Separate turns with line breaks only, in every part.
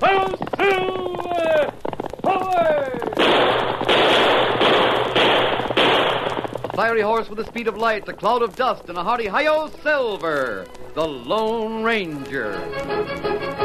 Full sail uh, forward!
Fiery horse with the speed of light, a cloud of dust, and a hearty hi-yo silver, the Lone Ranger.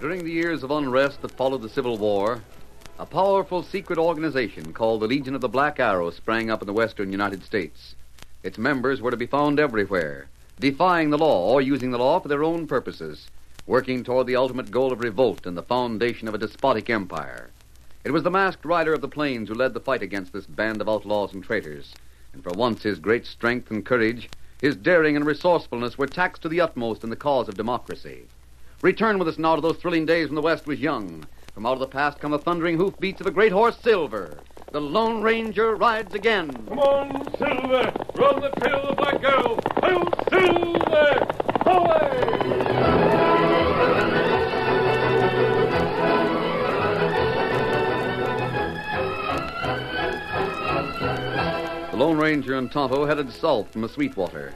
During the years of unrest that followed the Civil War, a powerful secret organization called the Legion of the Black Arrow sprang up in the western United States. Its members were to be found everywhere, defying the law or using the law for their own purposes, working toward the ultimate goal of revolt and the foundation of a despotic empire. It was the masked rider of the plains who led the fight against this band of outlaws and traitors, and for once his great strength and courage, his daring and resourcefulness were taxed to the utmost in the cause of democracy. Return with us now to those thrilling days when the West was young. From out of the past come the thundering hoofbeats of the great horse Silver. The Lone Ranger rides again.
Come on, Silver! Run the trail of the black girl! Full Silver! Forward!
The Lone Ranger and Tonto headed south from the Sweetwater.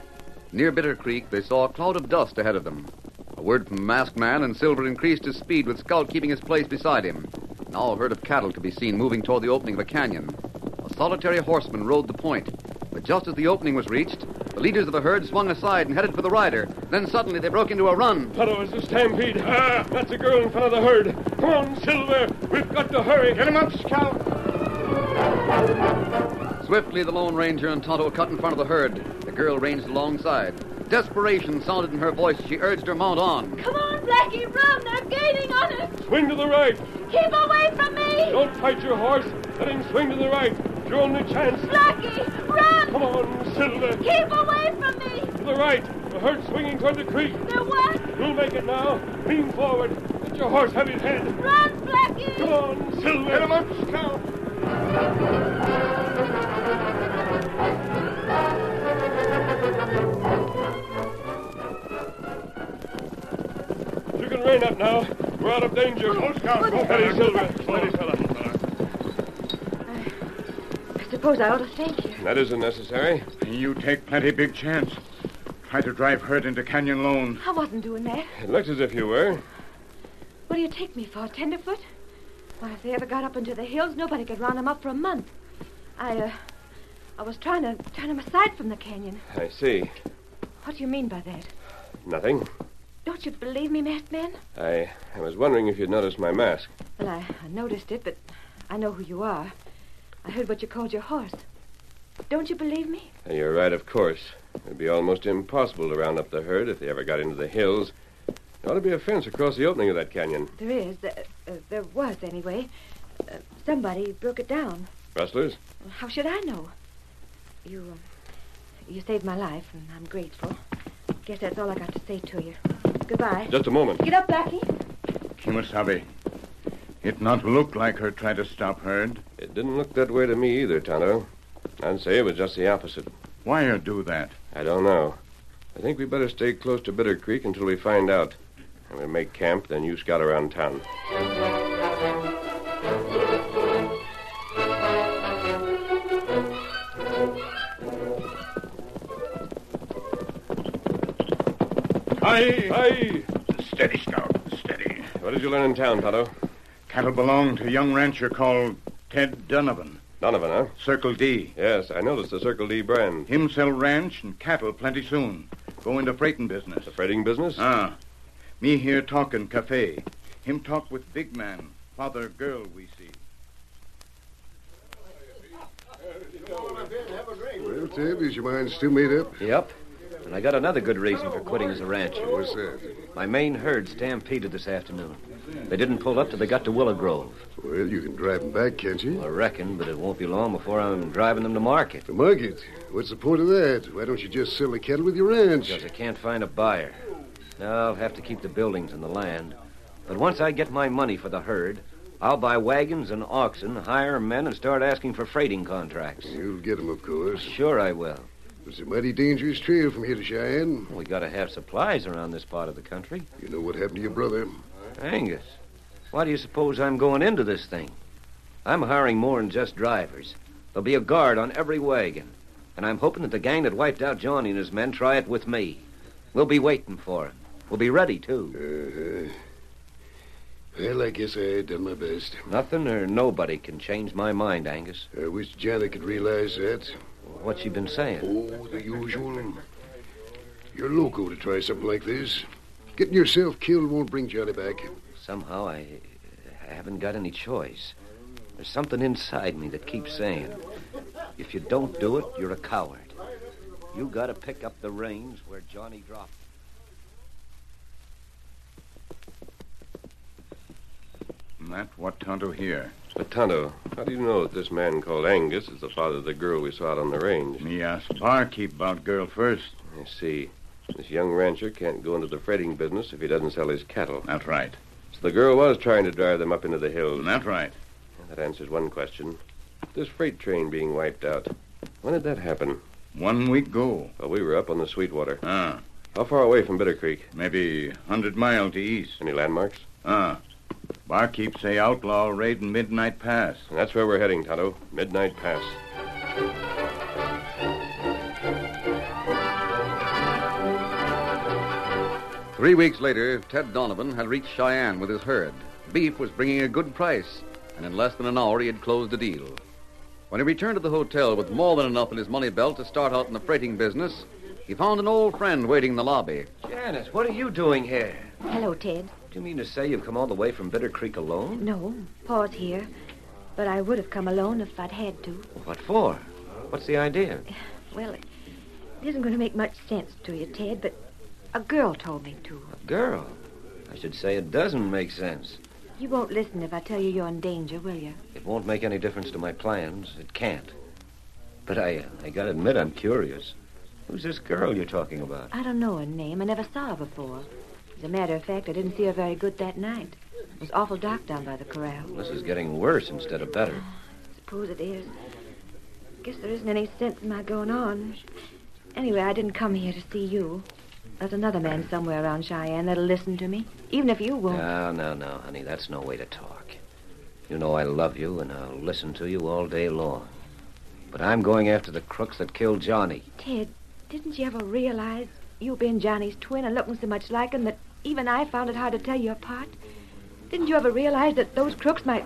Near Bitter Creek, they saw a cloud of dust ahead of them. A word from the masked man, and Silver increased his speed, with Scout keeping his place beside him. Now a herd of cattle could be seen moving toward the opening of a canyon. A solitary horseman rode the point, but just as the opening was reached, the leaders of the herd swung aside and headed for the rider. Then suddenly they broke into a run.
Toto, it's a stampede. Ah, that's a girl in front of the herd. Come on, Silver! We've got to hurry! Get him up, Scout!
Swiftly, the Lone Ranger and Tonto cut in front of the herd. The girl ranged alongside. Desperation sounded in her voice. She urged her mount on.
Come on, Blackie, run! They're gaining on us!
Swing to the right!
Keep away from me!
Don't fight your horse! Let him swing to the right! It's your only chance!
Blackie, run!
Come on, Silver! To
Keep away from me!
the right! The herd's swinging toward the creek!
They're what?
You'll make it now! Lean forward! Let your horse have his head!
Run, Blackie!
Come on, Silver! Get him up, Scout! You can rein up now. We're out of danger. Go, Scout. Go, Steady, Silver. Steady, fella.
I suppose I ought to thank you.
That isn't necessary.
You take plenty big chance. Try to drive herd into Canyon Lone.
I wasn't doing that.
It looked as if you were.
What do you take me for, tenderfoot? Why, if they ever got up into the hills, nobody could round them up for a month. I, uh, I was trying to turn them aside from the canyon.
I see.
What do you mean by that?
Nothing.
Don't you believe me, masked man?
I, I was wondering if you'd noticed my mask.
Well, I, I noticed it, but I know who you are. I heard what you called your horse. Don't you believe me?
You're right, of course. It'd be almost impossible to round up the herd if they ever got into the hills. There ought to be a fence across the opening of that canyon.
There is. There, uh, there was, anyway. Uh, somebody broke it down.
Rustlers?
How should I know? You, um, you saved my life, and I'm grateful. Guess that's all I got to say to you. Goodbye.
Just a moment.
Get up, Blackie.
Kimasabi, it not look like her try to stop Hurd.
It didn't look that way to me either, Tonto. I'd say it was just the opposite.
Why her do that?
I don't know. I think we better stay close to Bitter Creek until we find out. I'm going to make camp, then you scout around town.
Aye.
Hey!
Steady, Scout. Steady.
What did you learn in town, Tonto?
Cattle belong to a young rancher called Ted Donovan,
Donovan, huh?
Circle D.
Yes, I noticed the Circle D brand.
Him sell ranch and cattle plenty soon. Go into freighting business.
The freighting business?
Ah. Me here talking cafe. Him talk with big man, father girl we see.
Well, Tib, is your mind still made up?
Yep. And I got another good reason for quitting as a rancher.
What's that?
My main herd stampeded this afternoon. They didn't pull up till they got to Willow Grove.
Well, you can drive 'em back, can't you?
I reckon, but it won't be long before I'm driving them to market.
The market. What's the point of that? Why don't you just sell the cattle with your ranch?
Because I can't find a buyer. Now I'll have to keep the buildings and the land. But once I get my money for the herd, I'll buy wagons and oxen, hire men, and start asking for freighting contracts.
You'll get 'em, of course.
Sure, I will.
It's a mighty dangerous trail from here to Cheyenne.
We gotta have supplies around this part of the country.
You know what happened to your brother.
Angus, why do you suppose I'm going into this thing? I'm hiring more than just drivers. There'll be a guard on every wagon, and I'm hoping that the gang that wiped out Johnny and his men try it with me. We'll be waiting for him. We'll be ready, too.
Uh-huh. Well, I guess I done my best.
Nothing or nobody can change my mind, Angus.
I wish Janet could realize that.
What's she been saying?
Oh, the usual. You're loco to try something like this. Getting yourself killed won't bring Johnny back.
Somehow I, I haven't got any choice. There's something inside me that keeps saying, if you don't do it, you're a coward. You gotta pick up the reins where Johnny dropped.
That what Tonto here?
But, Tonto, how do you know that this man called Angus is the father of the girl we saw out on the range?
Me ask barkeep about girl first.
I see. This young rancher can't go into the freighting business if he doesn't sell his cattle.
That right.
So the girl was trying to drive them up into the hills.
That right.
That answers one question. This freight train being wiped out. When did that happen?
One week go.
Well, we were up on the Sweetwater.
Ah,
How far away from Bitter Creek?
maybe hundred mile to east.
Any landmarks?
Ah. Barkeep say outlaw raiding Midnight Pass.
And that's where we're heading, Tonto. Midnight Pass.
Three weeks later, Ted Donovan had reached Cheyenne with his herd. Beef was bringing a good price, and in less than an hour he had closed a deal. When he returned to the hotel with more than enough in his money belt to start out in the freighting business, he found an old friend waiting in the lobby.
Janice, what are you doing here?
Hello, Ted.
Do you mean to say you've come all the way from Bitter Creek alone?
No, Pa's here. But I would have come alone if I'd had to.
What for? What's the idea?
Well, it isn't going to make much sense to you, Ted, but a girl told me to.
Girl, I should say it doesn't make sense.
You won't listen if I tell you you're in danger, will you?
It won't make any difference to my plans. It can't. But I, I gotta admit, I'm curious. Who's this girl you're talking about?
I don't know her name. I never saw her before. As a matter of fact, I didn't see her very good that night. It was awful dark down by the corral.
This is getting worse instead of better.
Suppose it is. Guess there isn't any sense in my going on. Anyway, I didn't come here to see you. There's another man somewhere around Cheyenne that'll listen to me, even if you won't.
No, no, no, honey. That's no way to talk. You know I love you, and I'll listen to you all day long. But I'm going after the crooks that killed Johnny.
Ted, didn't you ever realize you being Johnny's twin and looking so much like him that even I found it hard to tell you apart? Didn't you ever realize that those crooks might.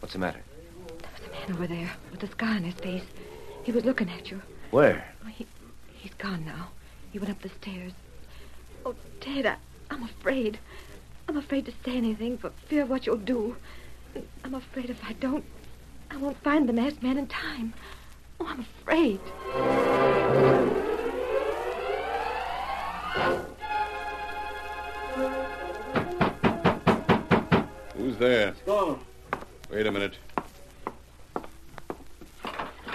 What's the matter?
The man over there with the scar on his face. He was looking at you.
Where?
Oh, he, he's gone now. He went up the stairs. Oh, Ted, I, I'm afraid. I'm afraid to say anything for fear of what you'll do. I'm afraid if I don't, I won't find the masked man in time. Oh, I'm afraid.
Who's there? Wait a minute.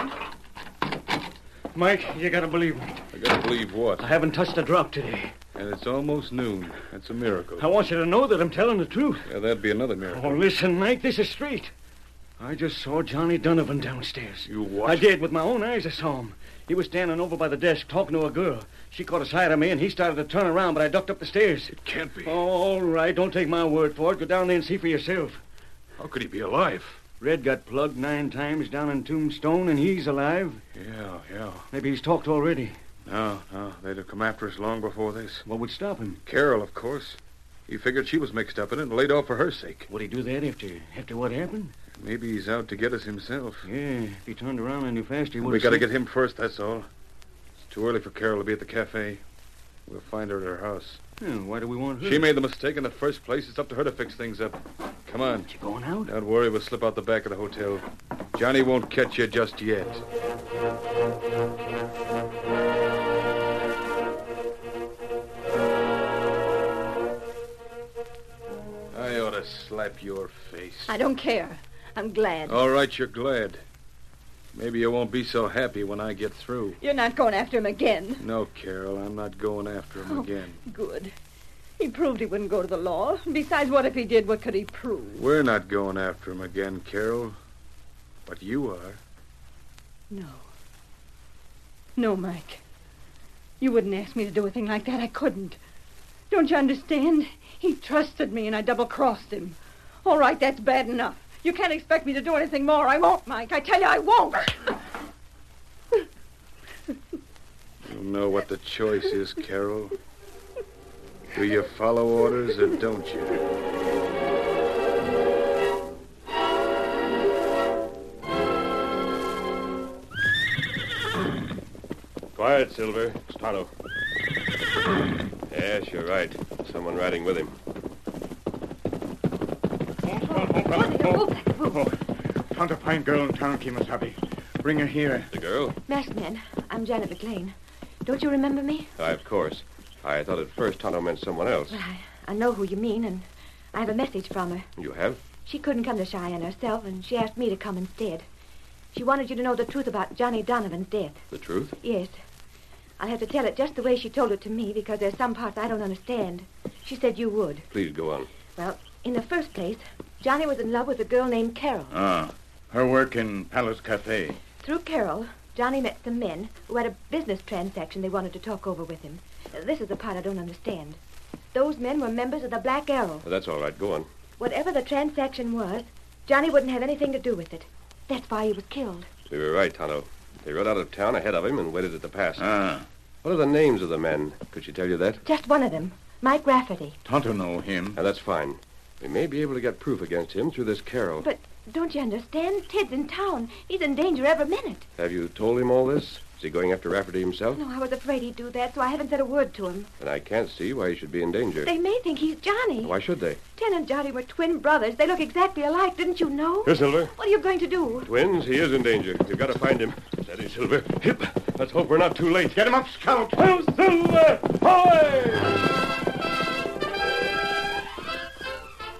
look, Mike, you gotta believe me.
I gotta believe what?
I haven't touched a drop today.
And it's almost noon. That's a miracle.
I want you to know that I'm telling the truth.
Yeah, that'd be another miracle.
Oh, listen, Mike, this is straight. I just saw Johnny Donovan downstairs.
You what?
I did. With my own eyes, I saw him. He was standing over by the desk talking to a girl. She caught a sight of me, and he started to turn around, but I ducked up the stairs.
It can't be.
Oh, all right, don't take my word for it. Go down there and see for yourself.
How could he be alive?
Red got plugged nine times down in Tombstone, and he's alive.
Yeah, yeah.
Maybe he's talked already.
No, no. They'd have come after us long before this.
What would stop him?
Carol, of course. He figured she was mixed up in it and laid off for her sake.
Would he do that after after what happened?
Maybe he's out to get us himself.
Yeah, if he turned around any faster, he would.
We gotta get him first, that's all. It's too early for Carol to be at the cafe. We'll find her at her house.
why do we want her?
She made the mistake in the first place. It's up to her to fix things up. Come on.
She going out?
Don't worry, we'll slip out the back of the hotel. Johnny won't catch you just yet. I ought to slap your face.
I don't care. I'm glad.
All right, you're glad. Maybe you won't be so happy when I get through.
You're not going after him again.
No, Carol, I'm not going after him
Oh.
again.
Good. He proved he wouldn't go to the law. Besides, what if he did? What could he prove?
We're not going after him again, Carol. But you are.
No. No, Mike. You wouldn't ask me to do a thing like that. I couldn't. Don't you understand? He trusted me and I double crossed him. All right, that's bad enough. You can't expect me to do anything more. I won't, Mike. I tell you, I won't.
You know what the choice is, Carol. Do you follow orders or don't you?
Quiet, Silver. It's Tonto. Yes, you're right. Someone riding with him.
Oh,
Found a fine girl in town, Kimasabi. Bring her here.
The girl?
Masked man, I'm Janet McLean. Don't you remember me?
Why, of course. I thought at first Tonto meant someone else.
I know who you mean, and I have a message from her.
You have?
She couldn't come to Cheyenne herself, and she asked me to come instead. She wanted you to know the truth about Johnny Donovan's death.
The truth?
Yes. I'll have to tell it just the way she told it to me because there's some parts I don't understand. She said you would.
Please go on.
Well, in the first place, Johnny was in love with a girl named Carol.
Ah, her work in Palace Cafe.
Through Carol, Johnny met some men who had a business transaction they wanted to talk over with him. This is the part I don't understand. Those men were members of the Black Arrow.
That's all right. Go on.
Whatever the transaction was, Johnny wouldn't have anything to do with it. That's why he was killed.
We were right, Tonto. They rode out of town ahead of him and waited at the pass.
Ah,
What are the names of the men? Could she tell you that?
Just one of them, Mike Rafferty.
Tonto know him.
Now, that's fine. We may be able to get proof against him through this Carol.
But don't you understand? Ted's in town. He's in danger every minute.
Have you told him all this? Is he going after Rafferty himself?
No, I was afraid he'd do that, so I haven't said a word to him.
And I can't see why he should be in danger.
They may think he's Johnny.
Why should they?
Ted and Johnny were twin brothers. They look exactly alike, didn't you know?
Silver.
What are you going to do?
Twins, he is in danger. We've got to find him. Steady, Silver. Hip. Let's hope we're not too late.
Get him up, Scout.
Silver!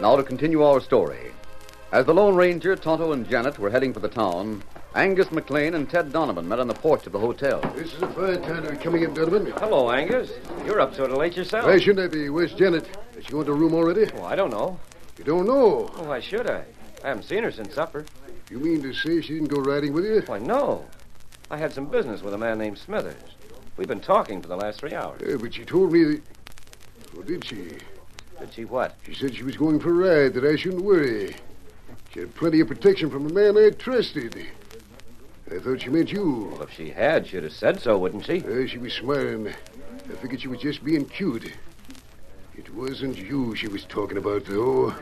Now to continue our story. As the Lone Ranger, Tonto, and Janet were heading for the town, Angus McLean and Ted Donovan met on the porch of the hotel.
This is a fine time to be coming in, gentlemen.
Hello, Angus. You're up sort of late yourself.
Why shouldn't I be? Where's Janet? Has she gone to her room already?
Oh, I don't know.
You don't know.
Oh, why should I? I haven't seen her since supper.
You mean to say she didn't go riding with you?
Why, no. I had some business with a man named Smithers. We've been talking for the last three hours.
Yeah, but she told me that. Well, did she?
Did she what?
She said she was going for a ride, that I shouldn't worry. She had plenty of protection from a man I trusted. I thought she meant you.
Well, if she had, she'd have said so, wouldn't she?
Uh, she was smiling. I figured she was just being cute. It wasn't you she was talking about, though.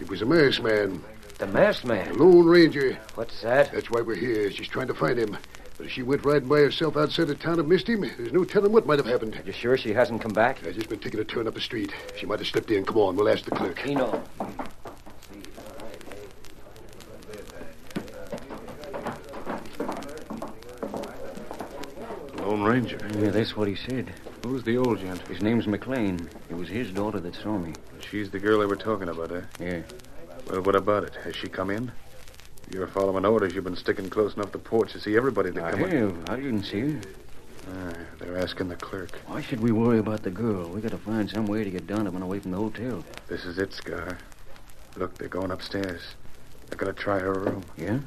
It was a masked man.
The masked
The
man.
Lone Ranger.
What's that?
That's why we're here. She's trying to find him. But if she went riding by herself outside of town and missed him, there's no telling what might have happened.
You sure she hasn't come back?
I've just been taking a turn up the street. She might have slipped in. Come on, we'll ask the clerk.
Keno.
Lone Ranger.
Yeah, that's what he said.
Who's the old gent?
His name's McLean. It was his daughter that saw me.
She's the girl they were talking about, eh?
Yeah.
Well, what about it? Has she come in? You're following orders. You've been sticking close enough to porch to see everybody that come in.
I didn't see her.
Ah, they're asking the clerk.
Why should we worry about the girl? We gotta find some way to get Donovan away from the hotel.
This is it, Scar. Look, they're going upstairs. They're going to try her room.
Yeah?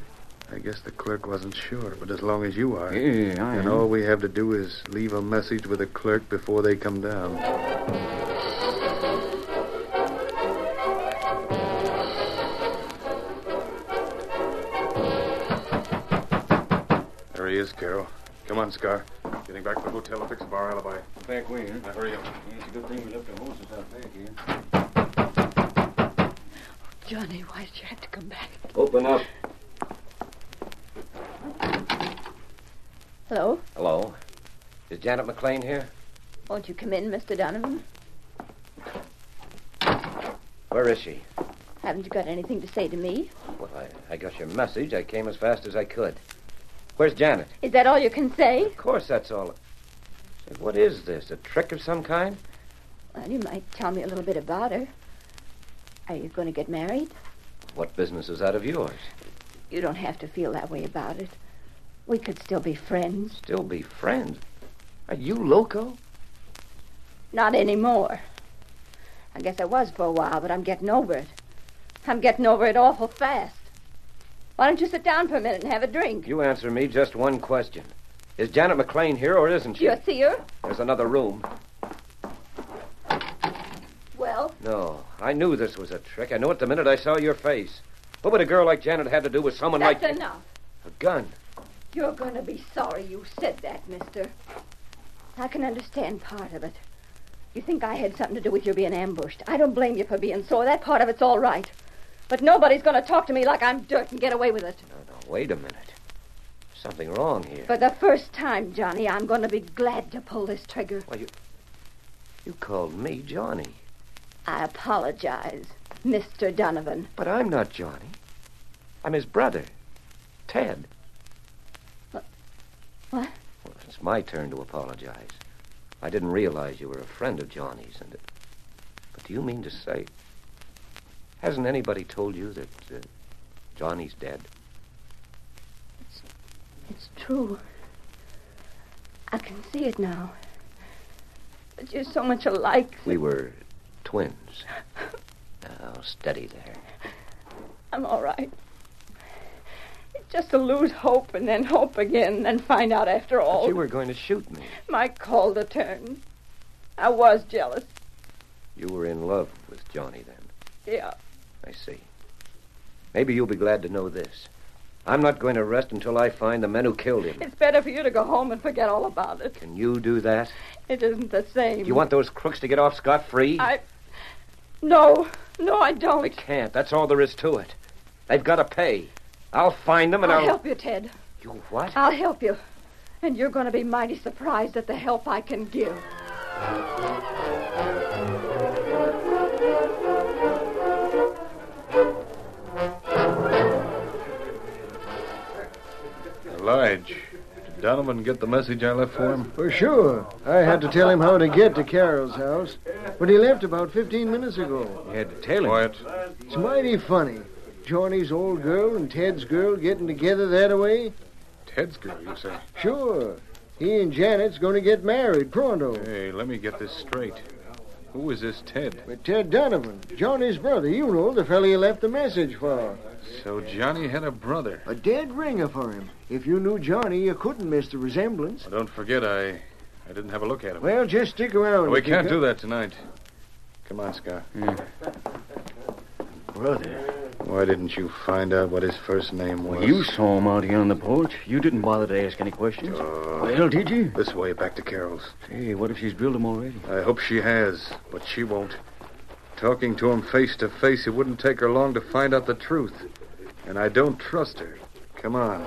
I guess the clerk wasn't sure, but as long as you are,
Yeah, I
then all we have to do is leave a message with the clerk before they come down. There he is, Carol. Come on, Scar. Getting back to the hotel to fix up our alibi.
Back way, huh?
Now hurry up.
it's a good thing we left the horses out back here.
Johnny, why did you have to come back?
Open up.
Hello.
Hello. Is Janet McLean here?
Won't you come in, Mr. Donovan?
Where is she?
Haven't you got anything to say to me?
Well, I, I got your message. I came as fast as I could. Where's Janet?
Is that all you can say?
Of course, that's all. Say, What is this? A trick of some kind?
Well, you might tell me a little bit about her. Are you going to get married?
What business is that of yours?
You don't have to feel that way about it. We could still be friends.
Still be friends? Are you loco?
Not anymore. I guess I was for a while, but I'm getting over it. I'm getting over it awful fast. Why don't you sit down for a minute and have a drink?
You answer me just one question. Is Janet McLean here or isn't she?
You see her?
There's another room.
Well,
No, I knew this was a trick. I knew it the minute I saw your face. What would a girl like Janet have to do with someone
that's
like
enough.
a gun?
You're going to be sorry you said that, mister. I can understand part of it. You think I had something to do with your being ambushed. I don't blame you for being sore. That part of it's all right. But nobody's going to talk to me like I'm dirt and get away with it.
No, no, wait a minute. Something wrong here.
For the first time, Johnny, I'm going to be glad to pull this trigger.
You called me Johnny,
I apologize, Mr. Donovan.
but I'm not Johnny. I'm his brother, Ted.
What?
Well, it's my turn to apologize. I didn't realize you were a friend of Johnny's, and. But do you mean to say. Hasn't anybody told you that uh, Johnny's dead?
It's true. I can see it now. But you're so much alike.
We were twins. Now, steady there.
I'm all right. It's just to lose hope and then hope again and then find out after
But
Oh.
all.
you were going to shoot me.
My call to turn. I was jealous.
You were in love with Johnny then.
Yeah.
I see. Maybe you'll be glad to know this. I'm not going to rest until I find the men who killed him.
It's better for you to go home and forget all about it.
Can you do that?
It isn't the same.
You want those crooks to get off scot free?
I. No. No, I
They
don't.
can't. That's all there is to it. They've got to pay. I'll find them and
I'll
I'll.
Oh.
help you, Ted.
You what?
I'll help you. And you're going to be mighty surprised at the help I can give.
Lige, did Donovan get the message I left for him?
For sure. I had to tell him how to get to Carol's house, but he left about 15 minutes ago.
You had to tell him. Quiet.
It's mighty funny. Johnny's old girl and Ted's girl getting together that way.
Ted's girl, you say?
Sure. He and Janet's going to get married pronto.
Hey, let me get this straight. Who is this Ted?
With Ted Donovan, Johnny's brother, you know, the fella you left the message for.
So Johnny had a brother.
A dead ringer for him. If you knew Johnny, you couldn't miss the resemblance.
Well, don't forget, I I didn't have a look at him.
Well, just stick around.
we can't do that tonight. Come on, Scar.
Brother,
Why didn't you find out what his first name was?
you saw him out here on the porch. You didn't bother to ask any questions. well, did you?
Oh. This way, back to Carol's.
Hey, what if she's built him already?
I hope she has, but she won't. Talking to him face to face, it wouldn't take her long to find out the truth. And I don't trust her. Come on.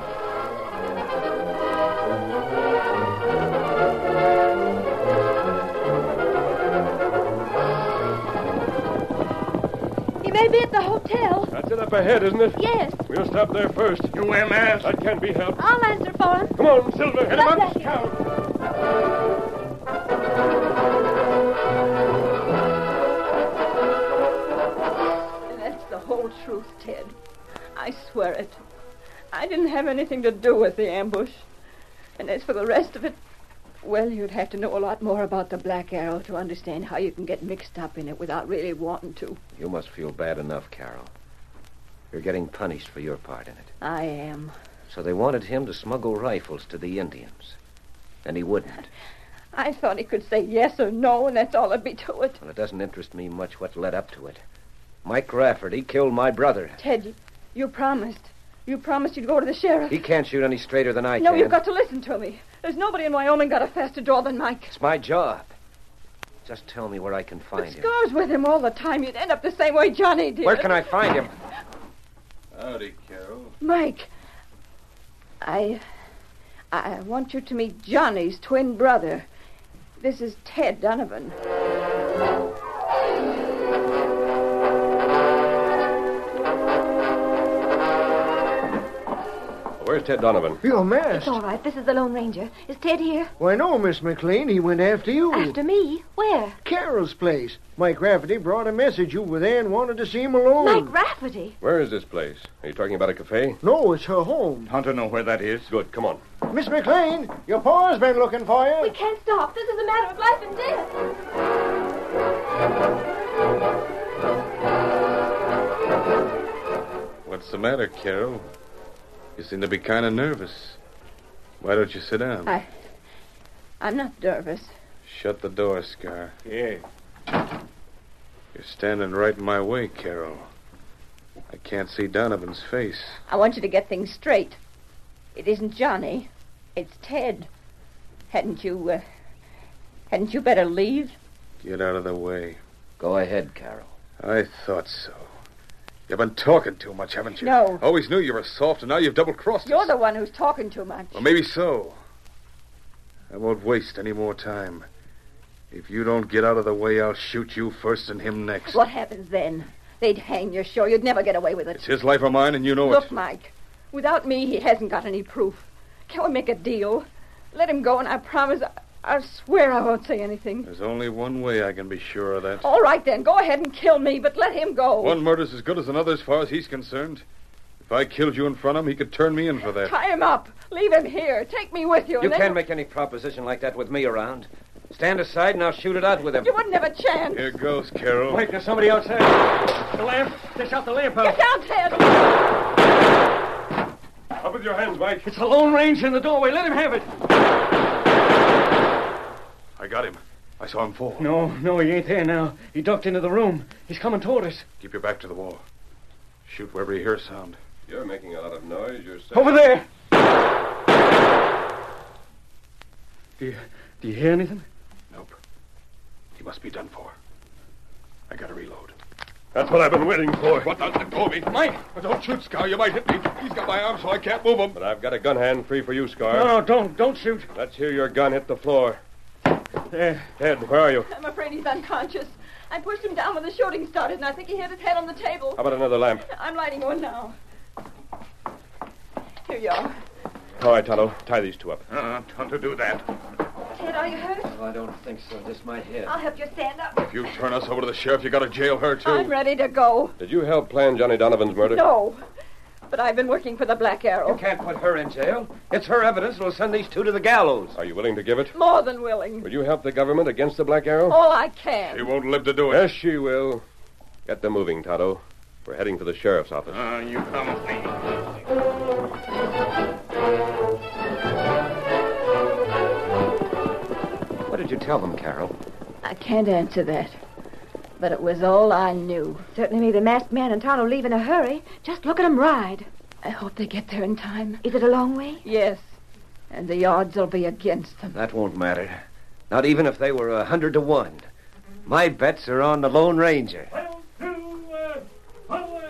He may be at the hotel.
That's it up ahead, isn't it?
Yes,
We'll stop there first. You wear masks. That can't be helped.
I'll answer for him.
Come on, Silver. Hit him
Right
up.
back here.
That's the whole truth, Ted. I swear it. I didn't have anything to do with the ambush.
And as for the rest of it, well, you'd have to know a lot more about the Black Arrow to understand how you can get mixed up in it without really wanting to.
You must feel bad enough, Carol. You're getting punished for your part in it.
I am.
So they wanted him to smuggle rifles to the Indians. And he wouldn't.
I thought he could say yes or no, and that's all there'd be to it.
Well, it doesn't interest me much what led up to it. Mike Rafferty killed my brother.
Ted, you- you promised. You promised you'd go to the sheriff.
He can't shoot any straighter than I
no,
can.
you've got to listen to me. There's nobody in Wyoming got a faster draw than Mike.
It's my job. Just tell me where I can find him.
Scars with him all the time. You'd end up the same way Johnny did.
Where can I find him?
Howdy, Carol.
Mike, I. I want you to meet Johnny's twin brother. This is Ted Donovan.
Where's Ted Donovan?
You're masked.
It's all right. This is the Lone Ranger. Is Ted here?
Hmm.
Why, no, Miss McLean. He went after you.
After me? Where?
Carol's place. Mike Rafferty brought a message. You were there and wanted to see him alone.
Mike Rafferty.
Where is this place? Are you talking about a cafe?
No, it's her home.
Hunter know where that is. Good. Come on.
Miss McLean, your pa's been looking for you.
We can't stop. This is a matter of life and death.
What's the matter, Carol? You seem to be kind of nervous. Why don't you sit down?
I. I'm not nervous.
Shut the door, Scar.
Yeah.
You're standing right in my way, Carol. I can't see Donovan's face.
I want you to get things straight. It isn't Johnny. It's Ted. Hadn't you, uh, hadn't you better leave?
Get out of the way.
Go ahead, Carol.
I thought so. You've been talking too much, haven't you?
No.
Always knew you were soft, and now you've double crossed
You're the one who's talking too much.
Well, maybe so. I won't waste any more time. If you don't get out of the way, I'll shoot you first and him next.
What happens then? They'd hang you, sure. You'd never get away with it.
It's his life or mine, and you know
Look,
it.
Mike, without me, he hasn't got any proof. Can we make a deal? Let him go, and I promise, I, I swear I won't say anything.
There's only one way I can be sure of that.
All right, then, go ahead and kill me, but let him go.
One murder's as good as another as far as he's concerned. If I killed you in front of him, he could turn me in for that.
Tie him up. Leave him here. Take me with you.
You
and then
can't make any proposition like that with me around. Stand aside and I'll shoot it out with him.
You wouldn't have a chance.
Here goes, Carol.
Wait, there's somebody outside.
The lamp. Dish out the lamp
Get
out.
down, Ted.
Up with your hands, Mike.
It's the Lone Ranger in the doorway. Let him have it.
I got him. I saw him fall.
No, no, he ain't there now. He ducked into the room. He's coming toward us.
Keep your back to the wall. Shoot wherever you hear a sound.
You're making a lot of noise yourself.
Over there. Do you, do you hear anything?
Nope. He must be done for. I gotta reload.
That's what I've been waiting for.
What? Don't let go of me.
Mike!
Don't shoot, Scow. You might hit me. He's got my arm, so I can't move him.
But I've got a gun hand free for you, Scar.
No, no, don't, don't shoot.
Let's hear your gun hit the floor.
There.
Ted, where are you?
I'm afraid he's unconscious. I pushed him down when the shooting started, and I think he hit his head on the table.
How about another lamp?
I'm lighting one now. Here you are.
All right, Tonto, tie these two up.
Uh, don't do that.
Ted, are you hurt?
Oh, I don't think so. Just my head.
I'll help you stand up.
If you turn us over to the sheriff, you gotta jail her, too.
I'm ready to go.
Did you help plan Johnny Donovan's murder?
No. But I've been working for the Black
You
Arrow.
can't put her in jail. It's her evidence that'll send these two to the gallows.
Are you willing to give it?
More than willing.
Will you help the government against the Black Arrow?
All I
He
can.
won't live to do it.
Yes, she will. Get them moving, Tonto. We're heading for the sheriff's office.
Uh, you come with me.
What did you tell them, Carol?
I can't answer that. But it was all I knew.
Certainly me, the masked man and Tonto leave in a hurry. Just look at 'em ride.
I hope they get there in time.
Is it a long way?
Yes. And the odds will be against them.
That won't matter. Not even if they were a hundred to one. My bets are on the Lone Ranger.
One, two, uh, away.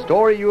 story you